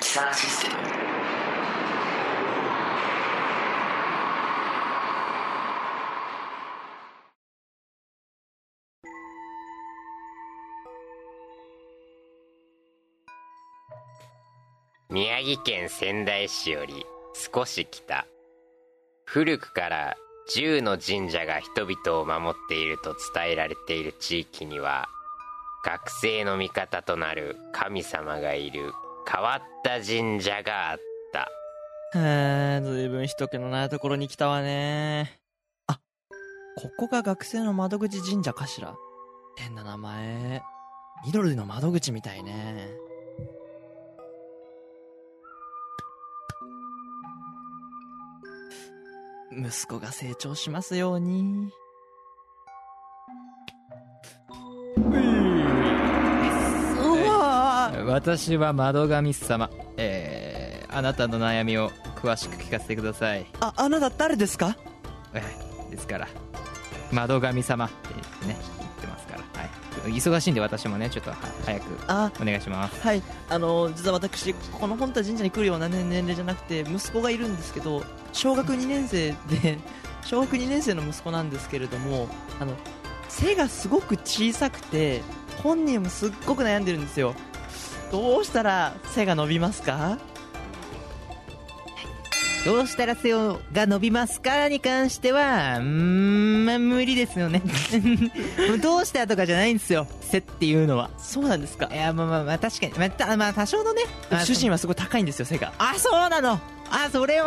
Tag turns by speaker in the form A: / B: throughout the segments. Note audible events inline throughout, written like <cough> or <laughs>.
A: キサーシステム
B: 宮城県仙台市より少し北古くから10の神社が人々を守っていると伝えられている地域には学生の味方となる神様がいる変わった神社があった
C: へえ、ずいぶん人気のないところに来たわね。あ、ここが学生の窓口神社かしら。変な名前。緑の窓口みたいね。息子が成長しますように。うわ
D: 私は窓神様えー、あなたの悩みを詳しく聞かせてください
C: あ、あなた誰ですか
D: えーですから窓神様ってね言ってますから、はい、忙しいんで私もねちょっとは早く
C: あ、
D: お願いします
C: はい、あの実は私、ここの本田神社に来るような、ね、年齢じゃなくて息子がいるんですけど小学2年生で <laughs> 小学2年生の息子なんですけれどもあの背がすごく小さくて本人もすっごく悩んでるんですよどうしたら背が伸びますか
E: どうしたら背が伸びますかに関しては、うーん、まあ、無理で
C: <laughs>
E: すよね。どうしたとかじゃないんですよ。背っていうのは。
C: そうなんですか
E: いや、まあまあまあ、確かに。まあ、たまあ、多少のね。まあ
C: 主人はすごい高いんですよ背が
E: あ、そうなのあ、それは、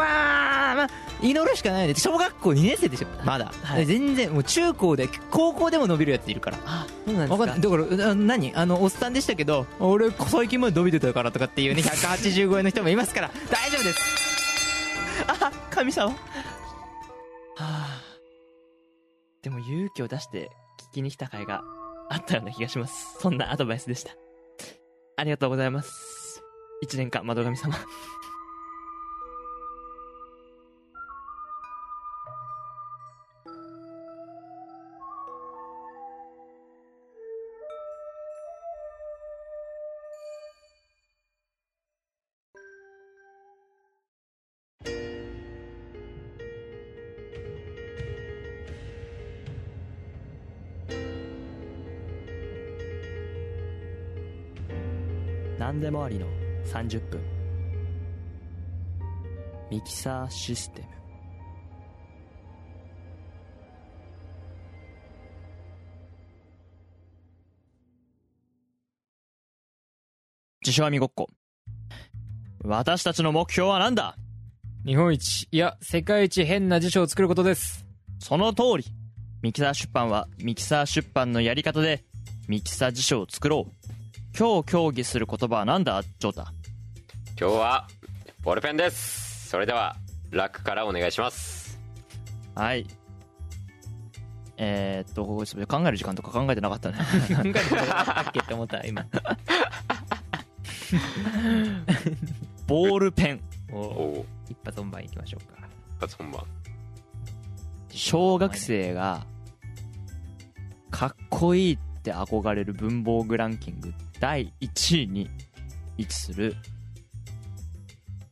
E: まあ、祈るしかないよね。小学校2年生でしょ、まだ。
C: はい
E: 全然、もう中高で、高校でも伸びるやついるから。
C: あそうなんで
E: わ
C: す
E: かんな
C: か
E: い。だから、あ何あの、おっさんでしたけど、俺、最近まで伸びてたからとかっていうね、180超えの人もいますから、大丈夫です。
C: あ神様はあでも勇気を出して聞きに来た甲斐があったような気がしますそんなアドバイスでしたありがとうございます一年間窓神様
F: 何でもありの30分ミキサーシステム自称網ごっこ私たちの目標は何だ
D: 日本一いや世界一変な辞書を作ることです
F: その通りミキサー出版はミキサー出版のやり方でミキサー辞書を作ろう今日協議する言葉は何だジョータ
B: 今日はボールペンですそれではラックからお願いします
F: はい。えー、っと、ここちょっと考える時間とか考えてなかったね。 <laughs>
C: 何回あっけって思った <laughs> 今
F: ボールペン。
B: お
D: お
B: お
D: 一発本番いきましょうか
B: 一発本番
F: 小学生が、かっこいいって憧れる文房具ランキング第1位に位置する、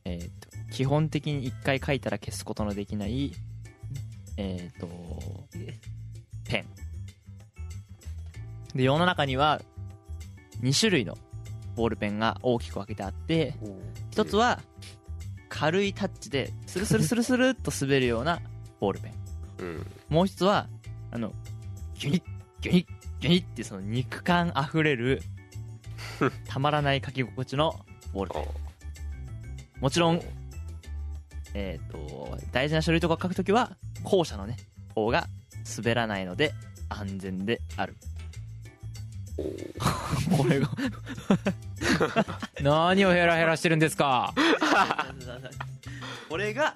F: えーっと、基本的に1回書いたら消すことのできない、えーっと、ペン。で、世の中には2種類のボールペンが大きく分けてあって、一つは軽いタッチでスルスルスルスルっと滑るようなボールペン
B: うん
F: もう一つはあのギュニッギュニッギュイってその肉感あふれるたまらない書き心地のボールペン
B: おう
F: もちろん、えっ、と、大事な書類とか書くときは、後者のね、方が滑らないので、安全である。 <laughs> これが、
D: 何をヘラヘラしてるんですか
C: これが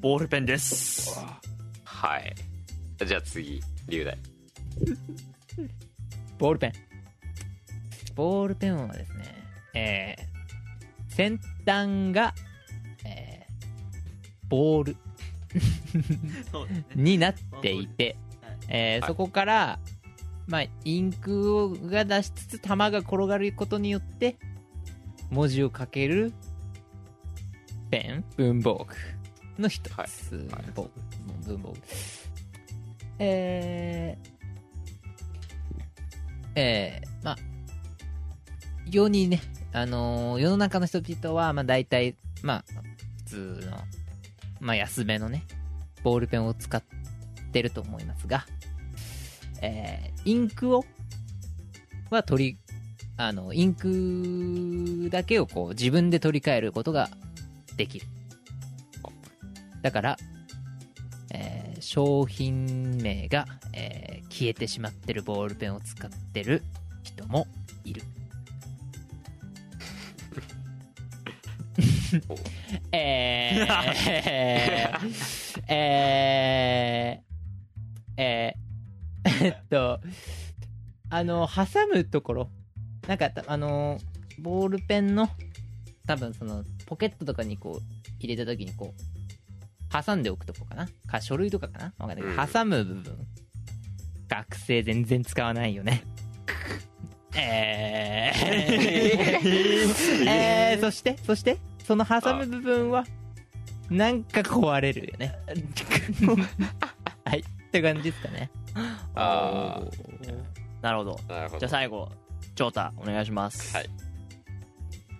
F: ボールペンです。
B: はいじゃあ次龍大
D: ボールペンボールペンはですねえー、先端がえー、ボール
C: そうですね
D: になっていて
C: はい、
D: えー
B: はい
D: そこから、まあ、インクをが出しつつ玉が転がることによって文字を書けるペン文房具の一
B: はい
D: つ、
B: はい
D: ぼ文房具えー、えー、まあ世にね、あのー世の中の人々はまあ大体まあ普通のまあ安めのねボールペンを使ってると思いますが、えーインクをは取りあのインクだけをこう自分で取り替えることができるだから、えー商品名が、えー消えてしまってるボールペンを使ってる人もいるえー、えー、えー、えっと、あの、挟むところ、なんかた、あの、ボールペンの、多分その、ポケットとかにこう、入れた時にこう、挟んでおくとこかなか、書類とかかなわかんないけど
B: うん
D: 挟む部分。学生全然使わないよね。えー、 <laughs> えー、そして、そして、その挟む部分は、なんか壊れるよ <laughs> ね。はい。って感じですかね。
B: あ
F: なるほど。
B: あなるほ
F: じゃ
B: ど
F: あ最後、長太、お願いします。
B: はい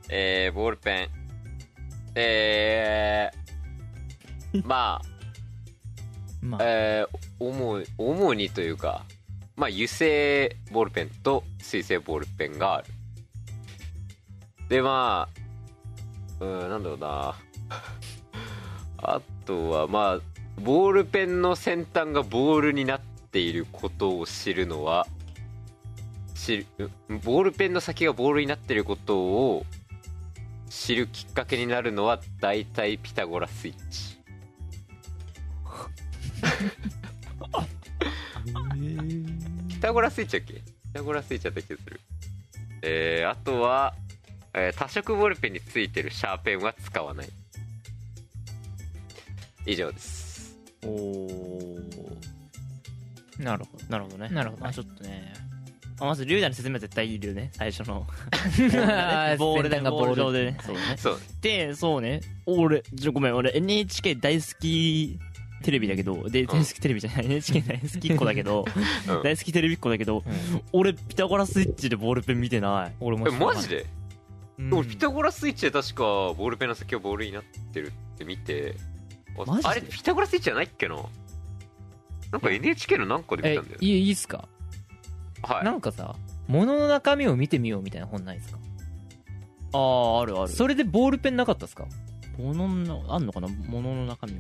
B: えー、ボールペンえー、ま
D: ま
B: あえー、主に主にというかまあ油性ボールペンと水性ボールペンがあるでまあうんなんだろうな <laughs> あとはまあボールペンの先端がボールになっていることを知るのは知るんボールペンの先がボールになっていることを知るきっかけになるのは大体ピタゴラスイッチピタゴラスイッチだっけピタゴラスイッチだった気がするえー、あとは、えー多色ボールペンについてるシャーペンは使わない以上です
F: おー
D: なるほど。
F: なるほどね。
D: なるほど
F: まあちょっとね。まあまず、龍大の説明は絶対いるよね、最初 <laughs> の。
D: ボ
F: ボ
D: ー
F: ー
D: ル
F: ル
D: だ
F: だが
D: がボ
F: ボ
D: ー
F: ー
D: ル
F: ル
D: 上
F: 上
D: で
F: で
D: ね
F: ね。
D: そう
B: そう
F: で、そうね。俺、ちょ、ごめん、俺 NHK 大好きテレビだけど、で、大好きテレビじゃない、NHK 大好きっ子だけど、
B: うん
F: <laughs> 大好きテレビっ子だけど、俺、ピタゴラスイッチでボールペン見てない。
D: 俺も
B: えマジで、
F: うん
B: 俺ピタゴラスイッチで確かボールペンの先がボールになってるって見てあ
F: マジで
B: あれピタゴラスイッチじゃないっけななんか NHK のなんかで見
D: え
B: たんだよ、ね、
D: いいいいっすか
B: はい
D: なんかさ物の中身を見てみようみたいな本ないですか
F: ああ、あるある。
D: それでボールペンなかったっすか
F: 物の、あんのかな物の中身を。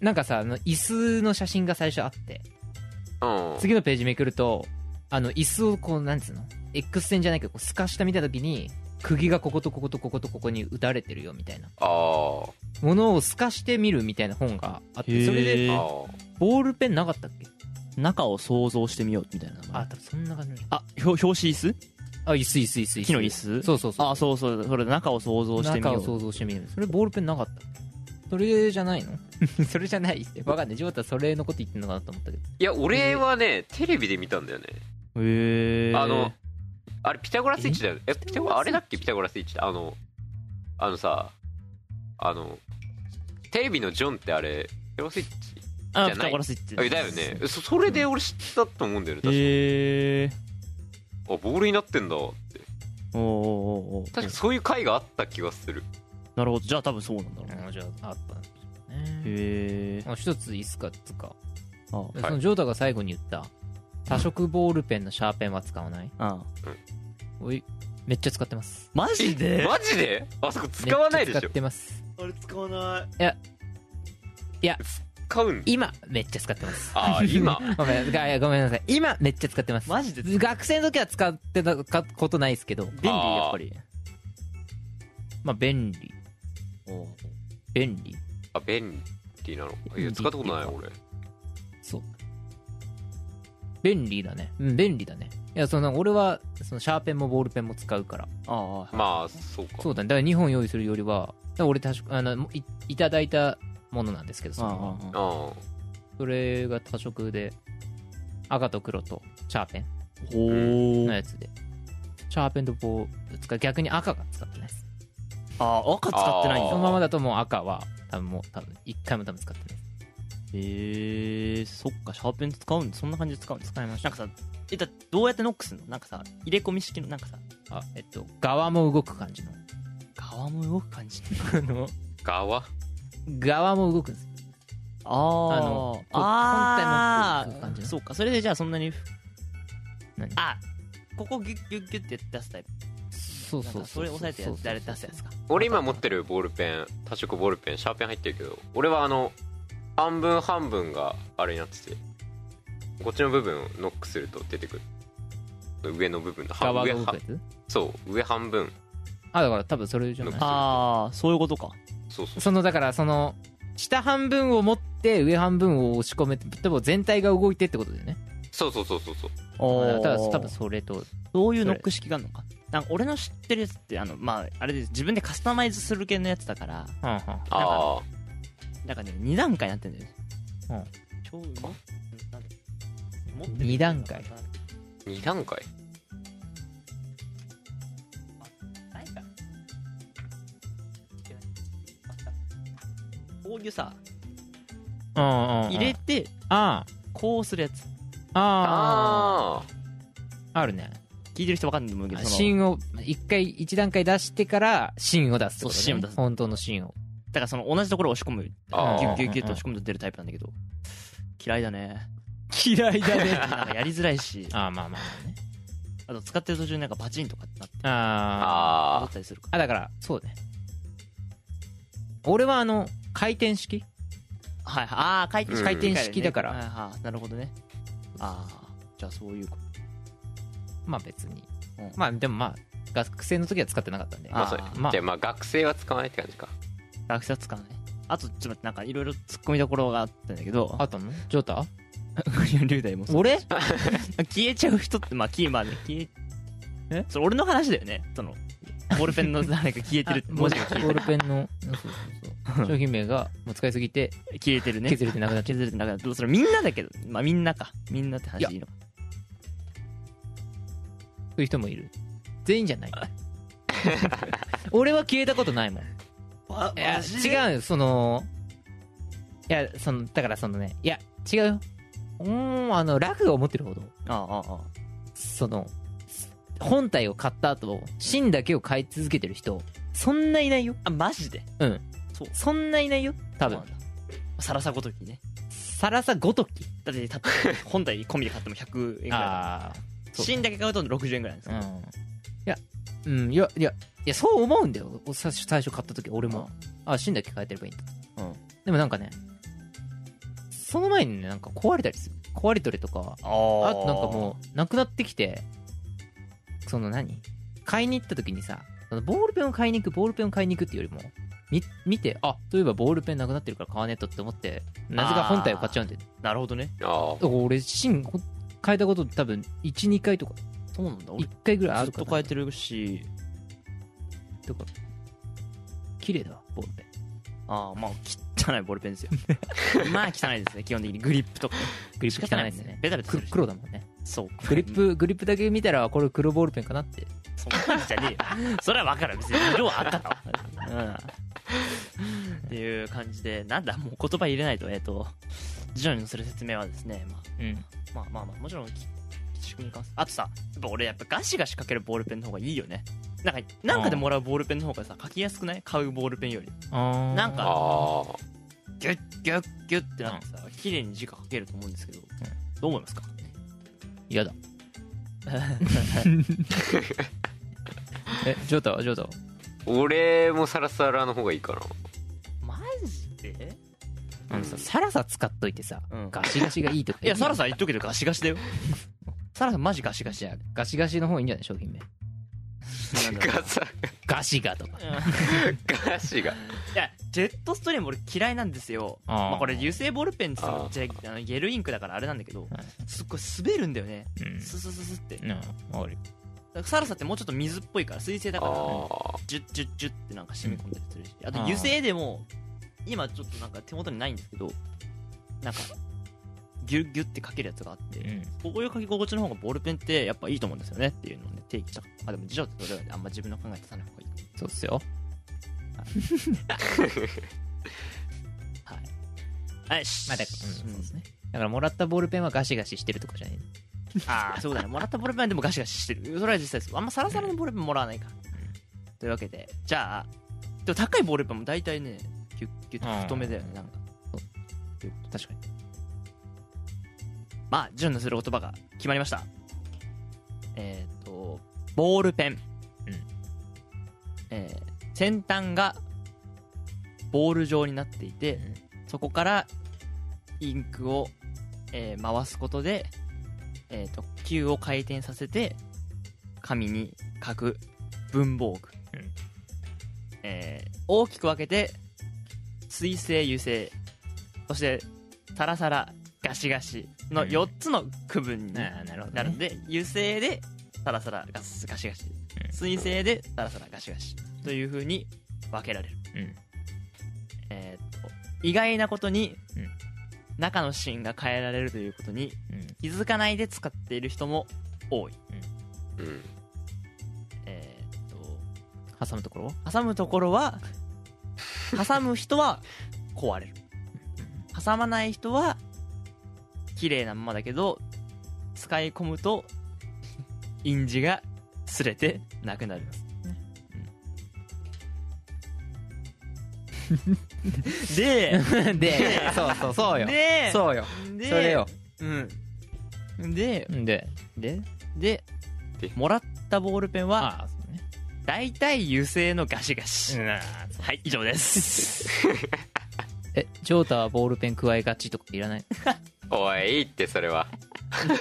D: なんかさあの椅子の写真が最初あって
B: うん
D: 次のページめくるとあの椅子をこうなんつうの X 線じゃないけどこう透かした見た時に釘がこことこことこことここに打たれてるよみたいな
B: あー
D: ものを透かして見るみたいな本があ
F: へ
D: って
F: ー
D: それで
F: え
B: あー
D: ボールペンなかったっけ
F: 中を想像してみよう、みたいな名前。
D: あ多分そんな感じ
F: あ、ひょ表紙椅子
D: あ椅子椅子椅子椅子
F: 木の椅子
D: そうそうそう
F: あ、そうそう、それ中を想像してみ
D: 中
F: よ
D: を
F: う。
D: 想像してみるそれボールペンなかったそれじゃないの <laughs> それじゃないわかんないジョータそれのこと言ってんのかなと思ったけど
B: いや俺はねテレビで見たんだよね
F: へえ。
B: あの、あれピタゴラスイッチだよねえピタゴラあれだっけピタゴラスイッチってあのあのさあのテレビのジョンってあれピタゴラスイッチ
F: あ、
B: じゃない
F: ピタゴラスイッチ。
B: あだよねそそれで俺知ったと思うんだよね確か、
F: へえ。
B: あボールになってんだって
F: おーおーおーおー
B: 確かそういう回があった気がする
F: なるほど。じゃあ多分そうなんだろうね。
D: じゃああったんですよね
F: へえ。
D: あ一ついいっすかつうか
F: あ、
D: そのジョータが最後に言った多色ボールペンのシャーペンは使わない
F: うん。
D: おいめっちゃ使ってます
F: マジで
B: マジであそこ使わないで
D: め
B: し
D: っちゃ使
B: ょ
D: ってます
C: 俺使わない
B: 使うん
D: 今めっちゃ使っ
B: <laughs>
D: てます
B: ああ今
D: ごめんごめんごめんなさい今めっちゃ使ってます
C: マジで
D: 学生の時は使ってたかことないですけど
F: 便利やっぱり。
D: まあ便利
F: おう
D: 便利
B: あ便利なのかいや使ったことない俺
D: そう便利だねうん便利だねいやその俺はそのシャーペンもボールペンも使うから
F: ああ、
B: まあそうか
D: そうだねだから2本用意するよりはだから俺多色あのもいいただいたものなんですけどそ
F: あ
D: れ
F: あ
D: は
F: ああ、
B: あ
D: それが多色で赤と黒とシャーペン
F: おお
D: の。やつでシャーペンとこう使う逆に赤が使ってないです
F: ああ、赤使ってないん
B: あー
D: その
F: だ。
D: ままだともう赤は多分もう多分一回も多分使ってないです
F: へえ、そっか、シャーペン使うんそんな感じで使うんですか
D: 使いまし
F: な
D: た
F: んかさ、え、だどうやってノックすんのなんかさ、入れ込み式の、なんかさ、
D: あえっと側も動く感じの
F: 側も動く感じ。 <laughs>
D: あの
B: あ側
D: 側も動くんです
F: ああ
D: あのこ
F: あ
D: 本体もこういう感じの
F: そうかそれでじゃあそんなにふ
D: 何
F: あここギュッギュッギュッって出すタイプ
D: そう
F: なん
D: そう
F: かそれ押さえてやつ誰出すやつか
B: 俺今持ってるボールペン多色ボールペンシャーペン入ってるけど俺はあの半分半分があれになっててこっちの部分をノックすると出てくる上の部分の半
D: 側が
B: 上
D: 動く
B: は
D: やつ
B: そう上半分
D: あだから多分それじゃない
B: あ
F: ああそういうことか
B: そうそう
D: そのだからその下半分を持って上半分を押し込めてでも全体が動いてってことだよね
B: そうそうそうそうそう
D: だ
F: お
D: から
F: お
D: 多分それと
F: そういうノック式があるのかなんか俺の知ってるやつってあのまああれです自分でカスタマイズする系のやつだから
D: はんはん
B: ああ
F: なんかね2段階になってるんだよね
D: うん
F: 超うまなんだ持ってる
D: 二段階
B: 2段階
F: ないかこういうさ
D: うんうんうん
F: 入れて
D: あ
F: こうするやつ
D: ああ
B: ああ
D: ああるね
F: 聞いてる人わかんないと思うけどその
D: 芯を一回一段階出してから芯を出すってこと
F: そう芯を
D: ね
F: 出す
D: 本当の芯を
F: だからその同じところを押し込むギ
B: あ
F: ュ
B: ー
F: ッギュッギュッと押し込むと出るタイプなんだけど嫌いだね
D: 嫌いだね
F: なんかやりづらいし
D: ああまあまあまあね
F: あと使ってる途中になんかバチンとかってなって
D: あ
F: 戻
B: あ
F: ったりするか
D: ーあだからそうね俺はあの回転式
F: らはいはいああ回転式
B: 回
D: 転式だから
F: はいはいなるほどねああじゃあそういうこと
D: まあ別に
F: うん
D: まあでもまあ学生の時は使ってなかったんで
B: まあそれ
F: あ
D: まあ
B: じゃあまあ学生は使わないって感じか
F: 学生は使わないあとちょっと待ってなんかいろいろ突っ込みどころがあったんだけど
D: あったのジョータ
F: いや龍大もそう <laughs>
D: 俺
F: 消えちゃう人ってまあキーマンね消え
D: え
F: それ俺の話だよねそのボールペンの誰か消えてる
D: ボ
F: 文字が消え
D: ールペンのそうそうそう商品名がもう使いすぎて
F: 消えてるね
D: 削れてなくなっちゃう
F: 削れてなくなるそれみんなだけどまあみんなかみんなって話でいいのか
D: そういう人もいる全員じゃ
F: <laughs>
D: ない俺は消えたことないもんいや違うよそのいやそのだからそのねいや違うようーんあのラフを持ってるほど
F: あああああ
D: その本体を買った後芯だけを買い続けてる人そんないないよ
F: あマジで
D: うん
F: そう
D: そんないないよ多分
F: そうなんだサラサごときね
D: サラサごとき
F: だってた本体込みで買っても100円ぐら
D: あ
F: い芯だけ買うと60円ぐらいなんです
D: うん
F: よ
D: いやうんいやいやいやそう思うんだよお最初最初買った時俺もあ芯だけ変えてればいいんだ
F: うん
D: でもなんかねその前にねなんか壊れたりする壊れとれとか
F: あ
D: あとなんかもうなくなってきてその何買いに行った時にさそのボールペンを買いに行くボールペンを買いに行くっていうよりもみ見てあそういえばボールペンなくなってるから買わねえとって思ってなぜか本体を買っちゃうんで
F: うなるほどね
B: あ
D: 俺芯ほん変えたこと多分12回とか
F: そうなんだ俺
D: 1回ぐらいあ
F: ず
D: る
F: っと
D: から
F: 変えてるし
D: とか綺麗だわボールペン
F: ああまあ汚いボールペン
D: <laughs>
F: ですよまあ汚いですね基本的にグリップとか
D: グリップ汚い
F: で
D: ですすね
F: ベタベタす
D: く
F: るし
D: 黒だもんね
F: そう
D: グリップグリップだけ見たらこれ黒ボールペンかなって
F: そんな感じじゃねえよそれは分かる別に色は赤だわうんっていう感じでなんだもう言葉入れないとえっ、と次女にする説明はですね、まあ、
D: うん
F: まあまあまあもちろんき仕組みに関するあとさやっぱ俺やっぱガシガシかけるボールペンの方がいいよねなんかなんかでもらうボールペンの方がさ書きやすくない買うボールペンより
D: あ
F: なん
B: あ
F: か
B: ああ
F: ギュッギュッギュッってなってさ綺麗に字が書けると思うんですけど、どう思いますか
D: 嫌 <laughs> だ。え、ジョータはジョータは
B: 俺もサラサラの方がいいかな
D: マジ
F: え
D: あのさ、サラサ使っといてさ、
F: うん
D: ガシガシがいいとか
F: いや、サラ
D: サ。
F: さん言っとくけどガシガシだよ。サラさんマジガシガシ
D: じゃ
F: や
D: あ。、ガシガシの方がいいんじゃない商品名。
B: ガサ
D: ガシガとか。
B: ガシが
F: いや、ジェットストリーム俺嫌いなんですよ。
D: あー
F: まあこれ油性ボールペンって
B: あー
F: じゃあのゲルインクだからあれなんだけど
D: はい、
F: すっごい滑るんだよね。
D: うん。
F: ススススって。だ
D: うん、わかる。
F: からサラサってもうちょっと水っぽいから、水性だ
B: あ
F: から、
B: ー
F: ジュッジュッジュッってなんか染み込んでたりするし。あと
D: あー
F: 油性でも、今ちょっとなんか手元にないんですけど、なんか、ギュッギュッってかけるやつがあって、
D: う
F: こ
D: ん。
F: ういう書き心地の方がボールペンってやっぱいいと思うんですよねっていうので定義したあでも辞書ってそれはあんま自分の考え出さない方がいい
D: そうっすよ。
F: はいはいし
D: まあ、だから、うん、そうですね。だから、もらったボールペンはガシガシしてるとかじゃない。
F: ああそうだねもらったボールペンはでもガシガシしてるそれは実際ですあんまサラサラのボールペンもらわないから、というわけでじゃあでも高いボールペンも大体ねギュッギュッと太めだよねなんか
D: 確かに。
F: まあ辞書のする言葉が決まりましたえっ、とボールペン、えー先端がボール状になっていて、
D: うん
F: そこからインクを、えー回すことで、えーと球を回転させて紙に書く文房具、
D: うん
F: えー大きく分けて水性油性そしてサラサラガシガシの
D: うん
F: 4つの区分に
D: ああ、なるほど、
F: な
D: ね。
F: るので油性でサラサラガスガシガシ
D: うん
F: 水性でサラサラガシガシというふうに分けられる、
D: うん。
F: えーっと意外なことに
D: うん
F: 中の芯が変えられるということに
D: うん。
F: 気づかないで使っている人も多い
B: うん
F: えーっと
D: 挟むところ
F: 挟むところは挟む人は壊れる挟まない人は綺麗なままだけど使い込むと印字が擦れてなくなります、うんで
D: <laughs> で、そうそう、そうよ。
F: で
D: そうよ。
F: で
D: それよ。
F: うんで
D: で、
F: でで
B: で
F: もらったボールペンは
D: ああ、そうね。
F: 大体油性のガシガシ、
D: うん
F: はい以上です
D: <laughs> え、ジョータはボールペン加えがちとかいらない
B: おいいいってそれは
F: なん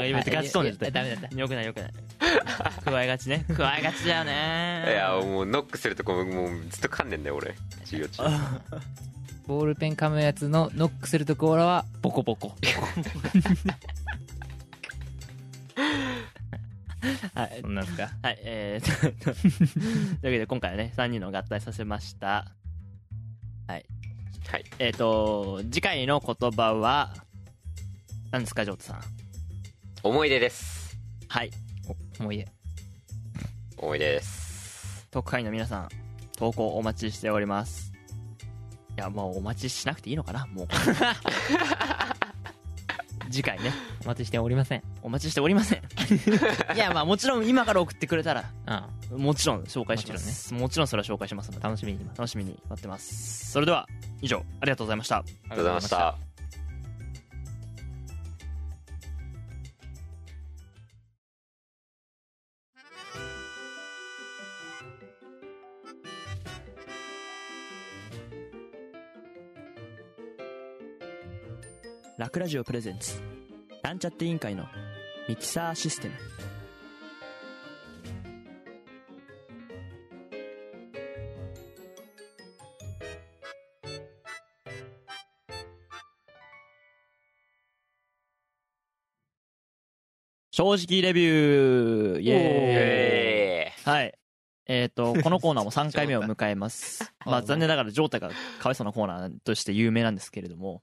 F: か今ガチそうになっちゃ
D: あ
F: っ
D: いやいやダメだった
F: よくないよくない加えがちね加えがちだよね
B: いやもうノックするとこもうずっと噛んでんだよ俺授業中
D: ボールペン噛むやつのノックするところはボコボコ。
F: はい
D: そんなんすか
F: はいえー、とというわけで今回はね3人の合体させましたはい
B: はい
F: えっ、と次回の言葉は何ですかジョートさん
B: 思い出です
F: はい
D: おもういいえ。
B: 思い出です
F: 特派員の皆さん投稿お待ちしておりますいやもうお待ちしなくていいのかなも
D: <laughs>
F: う次回ね
D: お待ちしておりません。
F: お待ちしておりません <laughs> いやまあもちろん今から送ってくれたら
D: あ
F: もちろん紹介しますもち,、ろんそれは紹介しますの
D: あ
F: で
D: 楽しみに。
F: 楽しみに待ってますそれでは以上ありがとうございました
B: ありがとうございました
F: ラクラジオプレゼンツなんちゃって委員会のミキサーシステム正直レビューイエーイ
B: え
F: はい。えっ、 <laughs> と、このコーナーも3回目を迎えます。 <laughs> まあ残念ながら、ジョータがかわいそうなコーナーとして有名なんですけれども。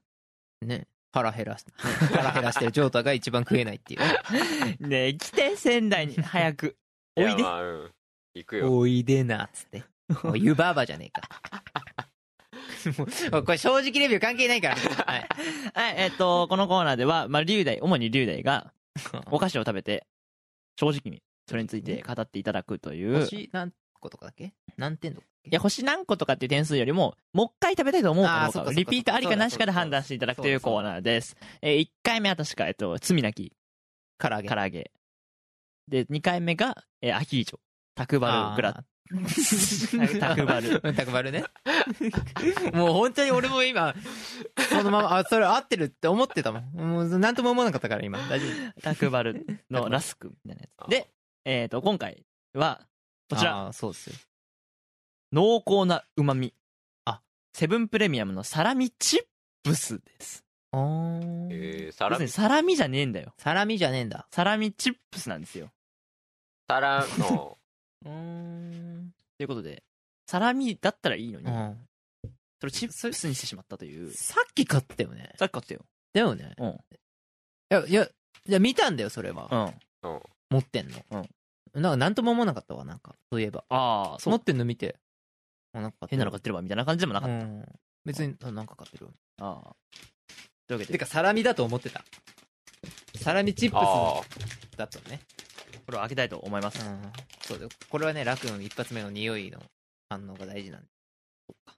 D: ね。腹減らして、腹減らしてるジョータが一番食えないっていう。
F: ねえ、来て、仙台に、早く。
B: え
F: おいで。
B: やまあうん行くよ
D: おいでな、つって。お湯ばあばじゃね <laughs> えか。もうこれ正直レビュー関係ない <laughs> から。はい。
F: はい、えっ、と、このコーナーでは、まあ、龍大、主に龍大
D: <laughs>
F: が、お菓子を食べて、正直に、それについて語っていただくという。い
D: 星何個とかだっけ何点とかだっけ
F: や、星何個とかっていう点数よりも、もう一回食べたいと思うか
D: あーそ
F: ど
D: っ
F: うか、
D: かそっか
F: リピートありかなしかで判断していただくという
D: そうだ
F: コーナーです。えー、1回目は確か、えっと、罪なき
D: 唐揚げ。
F: 唐揚げ。で、2回目が、えーアヒージョ。タクバルグラ
D: <laughs>
F: タタクバ <laughs> ル。
D: タクバルね。もう本当に俺も今、そのまま、あ、それ合ってるって思ってたもん。もうなんとも思わなかったから今。大丈夫。
F: タクバルのラスクみたいなやつ。で、えっ、と、今回は、こちら、
D: あー。そうですよ。
F: 濃厚な旨味。
D: あ、
F: セブンプレミアムのサラミチップスです。
D: あー
B: えー、サラ
F: 別
B: ミ
F: にサラミじゃねえんだよ。
D: サラミじゃねえんだ。
F: サラミチップスなんですよ。<laughs>
B: サラの
D: うーん。
F: ということで、サラミだったらいいのに、
D: うん。
F: それチップスにしてしまったという。
D: さっき買ったよね。
F: さっき買ったよ。
D: だよね。
F: うん
D: いや、いや、いや見たんだよ、それは。
F: うん。
B: うん
D: 持ってんの。なんか、なんとも思わなかったわ、なんか。そういえば。
F: ああ、そ
D: 持
F: う
D: っ。てんの見て。あなんか買って
F: 変
D: る
F: なの買ってればみたいな感じでもなかっ
D: うん。別に、あなんか買ってるわ。
F: た。ああ。というわけ
D: て
F: で、
D: か、サラミだと思ってた。サラミチッ
B: あ
D: プスだったのね。
F: これを開けたいと思います。
D: うん。そうだよ。これはね、ラクの一発目の匂いの反応が大事なんで。そっか。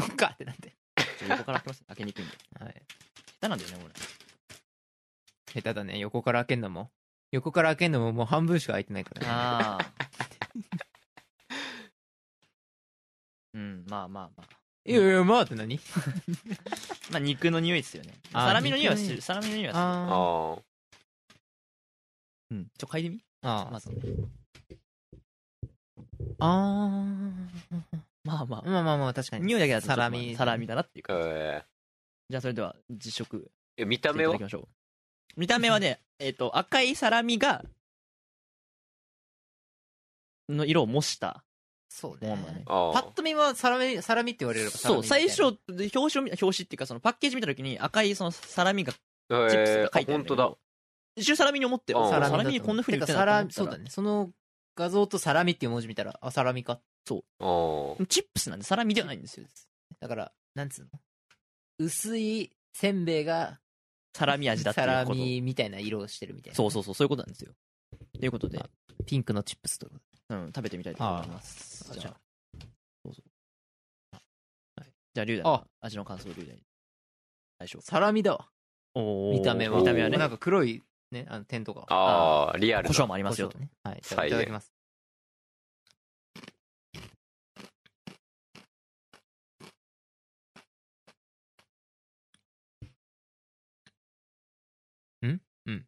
D: そっかってなって。
F: ちょっと横から開けます。開けにくいんで。
D: はい。
F: 下手なんだよね、これ。
D: <laughs> 下手だね。横から開けんのも。横から開けんのももう半分しか開いてないから、ね。
F: ああ。うん、まあまあまあ。
D: いやいや、まあって何
F: まあ肉の匂いですよね。
D: あー
F: サラミの匂いはす
D: 肉の匂
F: る。サラミの匂いはする。
B: あ
D: あ
B: ー
F: うん。ちょ、嗅いでみ
D: ーあ
F: ま
D: ー
F: ず。
D: あ
F: まあま
D: ーまあまあまあ確か
F: あ。
D: に
F: 匂いだけだと
D: サラミ
F: サラミだなっていう
B: う
F: か。
B: ん
F: じゃあそれでは、実食。
B: え見た目
F: い
B: は
F: ただきましょう。見た目はね、えっと、赤いサラミが、の色を模した
D: そう
F: ものだね
D: ね。
B: あ
D: パ
B: ー
D: ッと見はサラミサラミって言われればサ
F: そ
D: ラミ
F: う、
D: みたい
F: 最
D: な
F: 初、表紙を見表紙っていうか、そのパッケージ見たときに赤いそのサラミが、チ
B: え
F: ップスが
B: ー
F: 書
B: あ
F: いてあるん
B: 本
F: け
B: 当
F: ど
B: だ。
F: 一瞬サラミに思って、
B: う
F: サ
B: んサラミだと
F: ラ
B: 思
F: ミ
B: う
F: にこんな風に売って
D: て
F: ん
D: か
F: だ
D: サ
F: と思
D: ラ
F: っ
D: ミ
F: た
D: そう
F: ら
D: だねその画像とサラミっていう文字見たらあサラミか
B: あー
F: チップスなんでサラミではないんですよ。
D: だからなんつうの薄いせんべいが
F: サラミ味だってい
D: サ
F: う
D: ラ
F: こと。
D: ミみたいな色をしてるみたいな
F: そうそうそう、そういうことなんですよ。ということで
D: あ、ピンクのチップスと
F: うん、食べてみたいと思います。
D: あ
F: じゃ
D: じゃ
F: あ、どうぞ。じゃあ、リュウダイの味の感想、リュウダイ。最初。
D: サラミだわ
F: おー
D: 見た目は
F: 見た目はね
D: なん。か黒いねあの点とか
B: あーリアル
F: 胡
B: だ
F: 椒もありますよ
D: 胡椒。ねはいいた
B: 再
D: だ
B: 現
D: いただきますんうん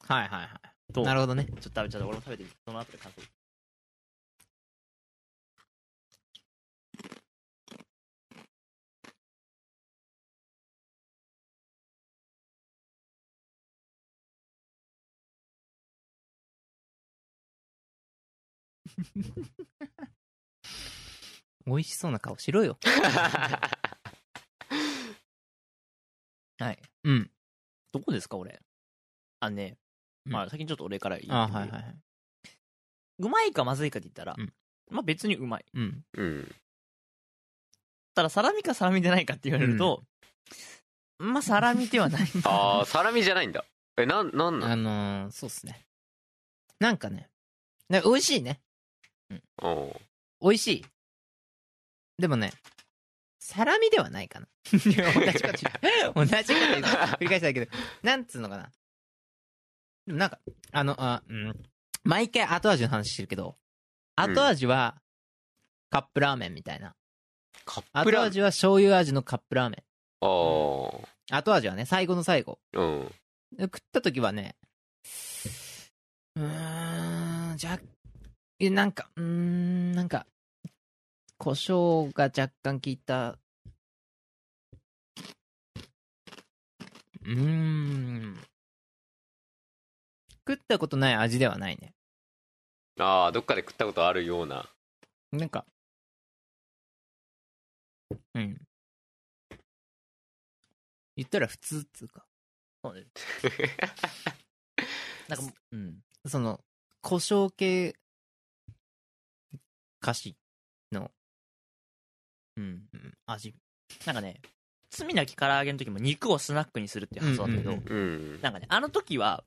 D: はいはいは
F: ど
D: いうなるほどね
F: ちょっと食べちゃった。俺も食べてみて、その後で感想。
D: 美味しそうな顔しろよはいうん
F: どこですか、俺。あ、ね。
D: うん
F: まあ、先にちょっと俺から言って
D: あ
F: み
D: は
F: る
D: いはいはい。
F: うまいかまずいかって言ったら
D: うん、
F: まあ別にうまい。
D: うん
B: <laughs> うん
F: ただ、サラミかサラミでないかって言われると、まあ、サラミではない。
B: あーサラミじゃないんだえなんなんな
D: あ
B: ん
D: のー、そうっすね。なんかね、なんか美味しいね。
B: うん
D: 美味しい。でもね、サラミではない
B: <laughs>
D: かな。いや同じこと言う同じこと言う繰り返したけど、なんつうのかな。でもなんか、あの、あうん、毎回後味の話してるけど、
B: ん
D: 後味はカップラーメンみたいな。
B: カップ
D: 後
B: ラーメン
D: 味は醤油味のカップラーメ
B: あー
D: ン。後味はね、最後の最後。
B: うん
D: で食った時はね、うーん、じゃ、えなんか、うーん、なんか、胡椒が若干効いた、うーん、食ったことない味ではないね。
B: ああどっかで食ったことあるような
D: なんか、うん。言ったら普通っつうか。
F: そうねなんか、うん。
D: その、故障系歌詞の、
F: うん。
D: うん、味。
F: なんかね、罪なき唐揚げの時も肉をスナックにするっていう発想だったけど、
D: うんうん
B: うん
F: なんかね、あの時は、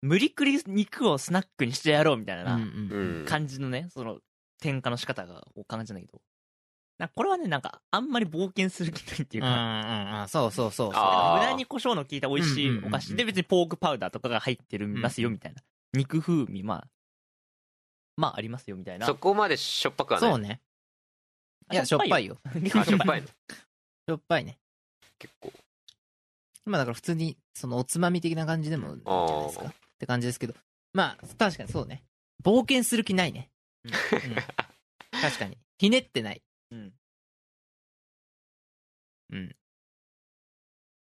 F: 無理くり肉をスナックにしてやろうみたいな
D: うんうん
B: うん
F: 感じのね、その、転化の仕方がこう感じなんだけど、なんかこれはね、なんか、あんまり冒険する気ないっていう
D: うんう
F: か、
D: んうん、そうそうそうそう。
B: あー
F: 無駄に胡椒の効いた美味しいお菓
D: うんうんうんう
F: 子
D: ん
F: で、別にポークパウダーとかが入ってるますよ、みたいな。肉風味、まあ、まあありますよ、みたいな。
B: そこまでしょっぱくはない
D: そうね。いや、しょっぱいよ。 <laughs>
B: あしょっ
F: <laughs>
B: ぱいの
D: しょっぱいね。
B: 結構
D: まあだから普通に、そのおつまみ的な感じでもいいんじゃないですか。
B: あー
D: って感じですけど。まあ、確かにそうね。冒険する気ないね。うんうん <laughs> 確かに。ひねってない。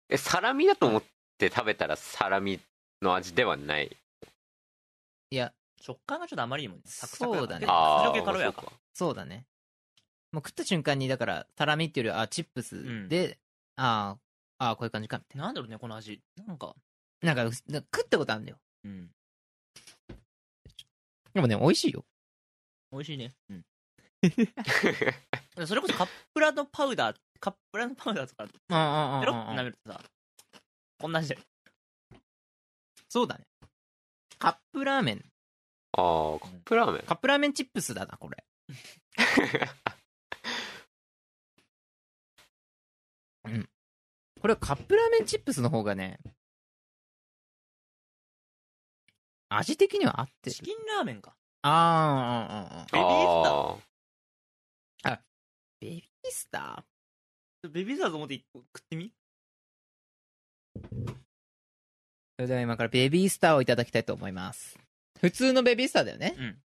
B: えサラミだと思って食べたらサラミの味ではない
D: いや、
F: 食感がちょっとあまりにもね、サクサク
D: そうだね
F: 結構口
B: ー
F: どけ軽やか。
B: そうか
D: そうだね。もう食った瞬間に、だから、タラミっていうよりは、あ、チップスで、あーあー、こういう感じか、みたい
F: なんだろうね、この味。なんか、
D: な。なんか、なんか食ったことあるんだよ。
F: うん。
D: でもね、美味しいよ。
F: 美味しいね。それこそカップラのパウダー、カップラのパウダーとか、ペ
D: うんうんうんうん
F: ロッと舐めるとさ、こんな味だよ。
D: そうだね。カップラーメン。
B: <laughs> あーカップラーメン
D: カップラーメンチップスだな、これ。 <laughs> うん。これはカップラーメンチップスの方がね、味的には合ってる
F: チ。キンラーメンか。
D: あー、うんうんうん。
F: ベビースター
B: あ
D: ベビースタ
F: ベビースターズ思って一個食ってみ
D: ーそれでは今からベビースターをいただきたいと思います。普通のベビースターだよね。
F: うん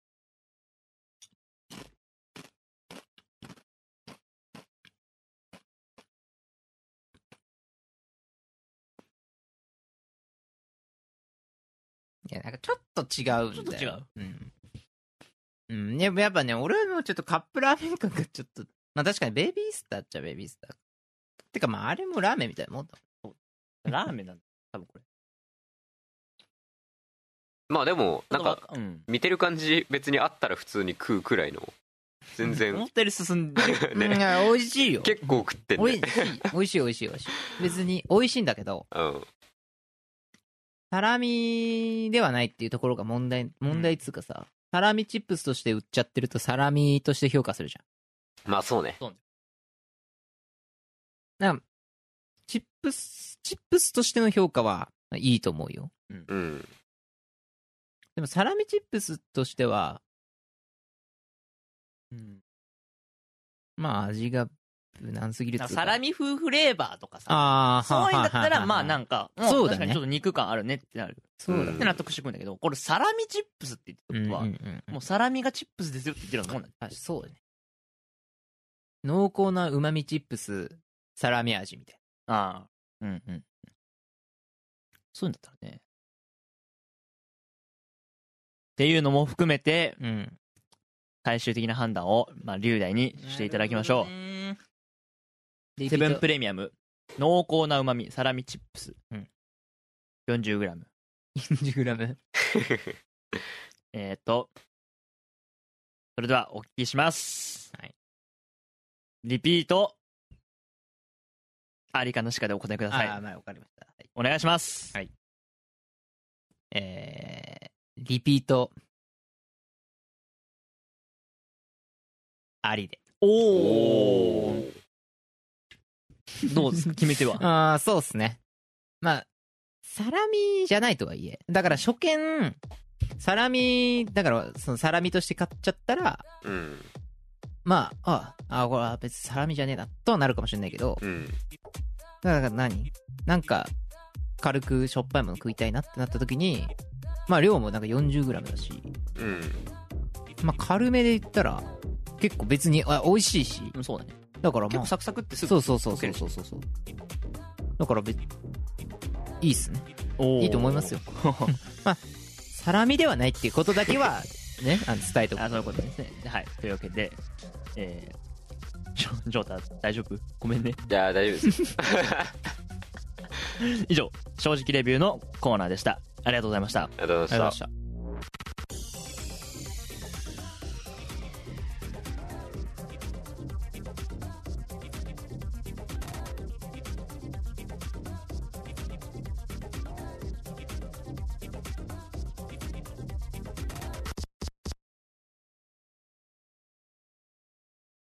D: いや、なんかちょっと違うんだよ。
F: ちょっと違う。
D: うん。うん、やっぱやっぱね、俺はもうちょっとカップラーメン感がちょっと、まあ確かにベビースターっちゃベビースター。てかまああれもラーメンみたいなもんだ。
F: ラーメンなんだ、多分これ。
B: ーまあでもなんか
F: あとは、うん。
B: 見てる感じ別にあったら普通に食うくらいの全
F: 思
B: 然
F: ったより進んでる。<laughs>
D: <laughs> う
B: ね
D: んいや、美味しいよ。
B: 結構食ってん
D: 美味
B: ね
D: しい、美味しい、美味しい、美味しい。別に、美味しいんだけど、
B: うん
D: タラミではないっていうところが問題、問題っつうかさ、サラミチップスとして売っちゃってるとサラミとして評価するじゃん。
B: まあそうね
D: チップス、チップスとしての評価はいいと思うよ。
B: うん
D: でもサラミチップスとしては、
F: うん
D: まあ味が無難すぎるっ
F: なん
D: つ
F: か
D: うか
F: サラミ風フレーバーとかさ。
D: ああ、
F: そういうんだったら、まあなん
D: か。
F: んか、ん
D: そうだ
F: 確
D: ね
F: かにちょっと肉感あるねってなる。
D: そうだ
B: う
D: ね
B: ん
F: って納得してくるんだけど、これサラミチップスって言ってことは、もうサラミがチップスですよって言ってるようなもんだね。
D: あそうだね。濃厚な旨味チップス、サラミ味みたい
F: ああ。
D: な。うんうん。
F: そういうんだったらね。っていうのも含めて、
D: うん。
F: 最終的な判断を、まあ、龍大にしていただきましょう。セブンプレミアム、濃厚な旨味、サラミチップス。
D: うん
F: 4 0グラム
D: 40グラム。
F: えっ、ー、と、それではお聞きします。
D: はい
F: リピート、ありかなしかでお答えくださ
D: ああ、
F: い。
D: まあわかりました。はい
F: お願いします。
D: はいえー、リピート。ありで。
F: おー。どうですか決めては。
D: <laughs> ああ、そうっすね。まあ、サラミじゃないとはいえ。だから初見、サラミ、だから、そのサラミとして買っちゃったら、
B: うん
D: まあ、ああ、これは別にサラミじゃねえな、とはなるかもしれないけど、
B: うん
D: だから何なんか、軽くしょっぱいもの食いたいなってなった時に、まあ量もなんか 40g だし、
B: うん
D: まあ軽めで言ったら、結構別に、あ、美味しいし、
F: うんそうだね。
D: だから
F: 結
D: まあ
F: 構、サクサクってすぐ。
D: そうそうそう
F: 溶け
D: そう
F: る
D: そうそうそう。だから別、いいっすね。
F: おー
D: いいと思
F: <laughs>
D: いますよ。まあ、サラミではないっていうことだけは、ね、あの伝えとく。
F: あ、そういうことですね。はい。というわけで、えー、ジョジョータ、大丈夫ごめんね。
B: いや大丈夫です
F: 以上、正直レビューのコーナーでした。ありがとうございました。
B: ありがとうございました
D: した。